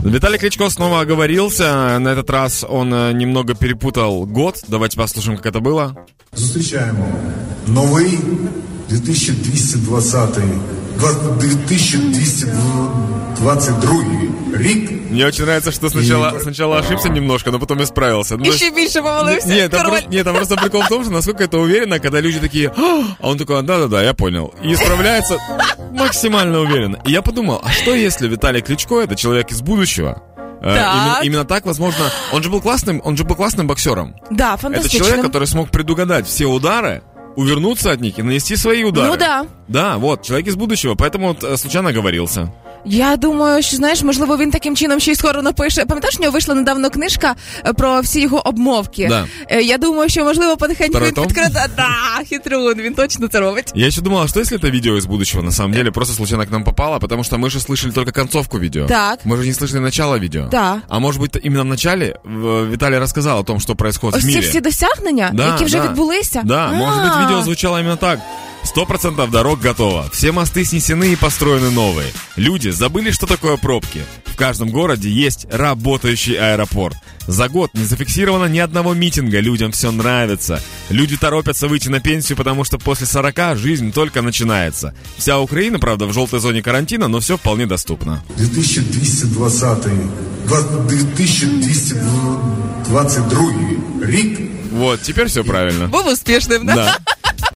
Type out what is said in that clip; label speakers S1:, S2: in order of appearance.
S1: Виталий Кличко снова оговорился. На этот раз он э, немного перепутал год. Давайте послушаем, как это было.
S2: Зустрічаємо новий 2220 два- 2222 рік.
S1: Мне очень нравится, что сначала, сначала ошибся немножко, но потом исправился. Ну, то есть-
S3: Ще більше помолився.
S1: Нет, там
S3: Король.
S1: просто, нет, там просто прикол в том, что насколько это уверенно, когда люди такие, «А!» а он такой, да-да-да, я понял. И исправляется максимально уверенно. И я подумал, а что если Виталий Кличко это человек из будущего? Э,
S3: Так.
S1: Именно, именно так, возможно, он же был классным, он же был классным боксером.
S3: Да,
S1: Это
S3: фантастично.
S1: человек, который смог предугадать все удары, увернуться от них и нанести свои удары.
S3: Ну да.
S1: Да, вот, человек из будущего, поэтому вот, э, случайно оговорился.
S3: Я думаю, що знаєш, можливо, він таким чином ще й скоро напише. Пам'ятаєш, у нього вийшла недавно книжка е, про всі його обмовки.
S1: Да.
S3: Е, Я думаю, що можливо потихеньку
S1: Второй
S3: він
S1: том?
S3: підкрада. Да, хитрун, він точно це робить.
S1: Я еще думал, а что если это видео из будущего, на самом деле, просто случайно к нам попало, потому что мы же слышали только концовку видео.
S3: Так.
S1: Мы же не слышали начало видео.
S3: Да.
S1: А может быть, именно в начале э, Виталий рассказал о том, что происходит в
S3: Ось ці
S1: мире.
S3: всі досягнення,
S1: Да,
S3: які вже
S1: да.
S3: відбулися.
S1: Да,
S3: А.
S1: может быть, видео звучало именно так. Сто процентов дорог готово. Все мосты снесены и построены новые. Люди забыли, что такое пробки. В каждом городе есть работающий аэропорт. За год не зафиксировано ни одного митинга, людям все нравится. Люди торопятся выйти на пенсию, потому что после 40 жизнь только начинается. Вся Украина, правда, в желтой зоне карантина, но все вполне доступно.
S2: 2220 два- 2222 рік.
S1: Вот, теперь все правильно.
S3: Був успішним, да?
S1: Да.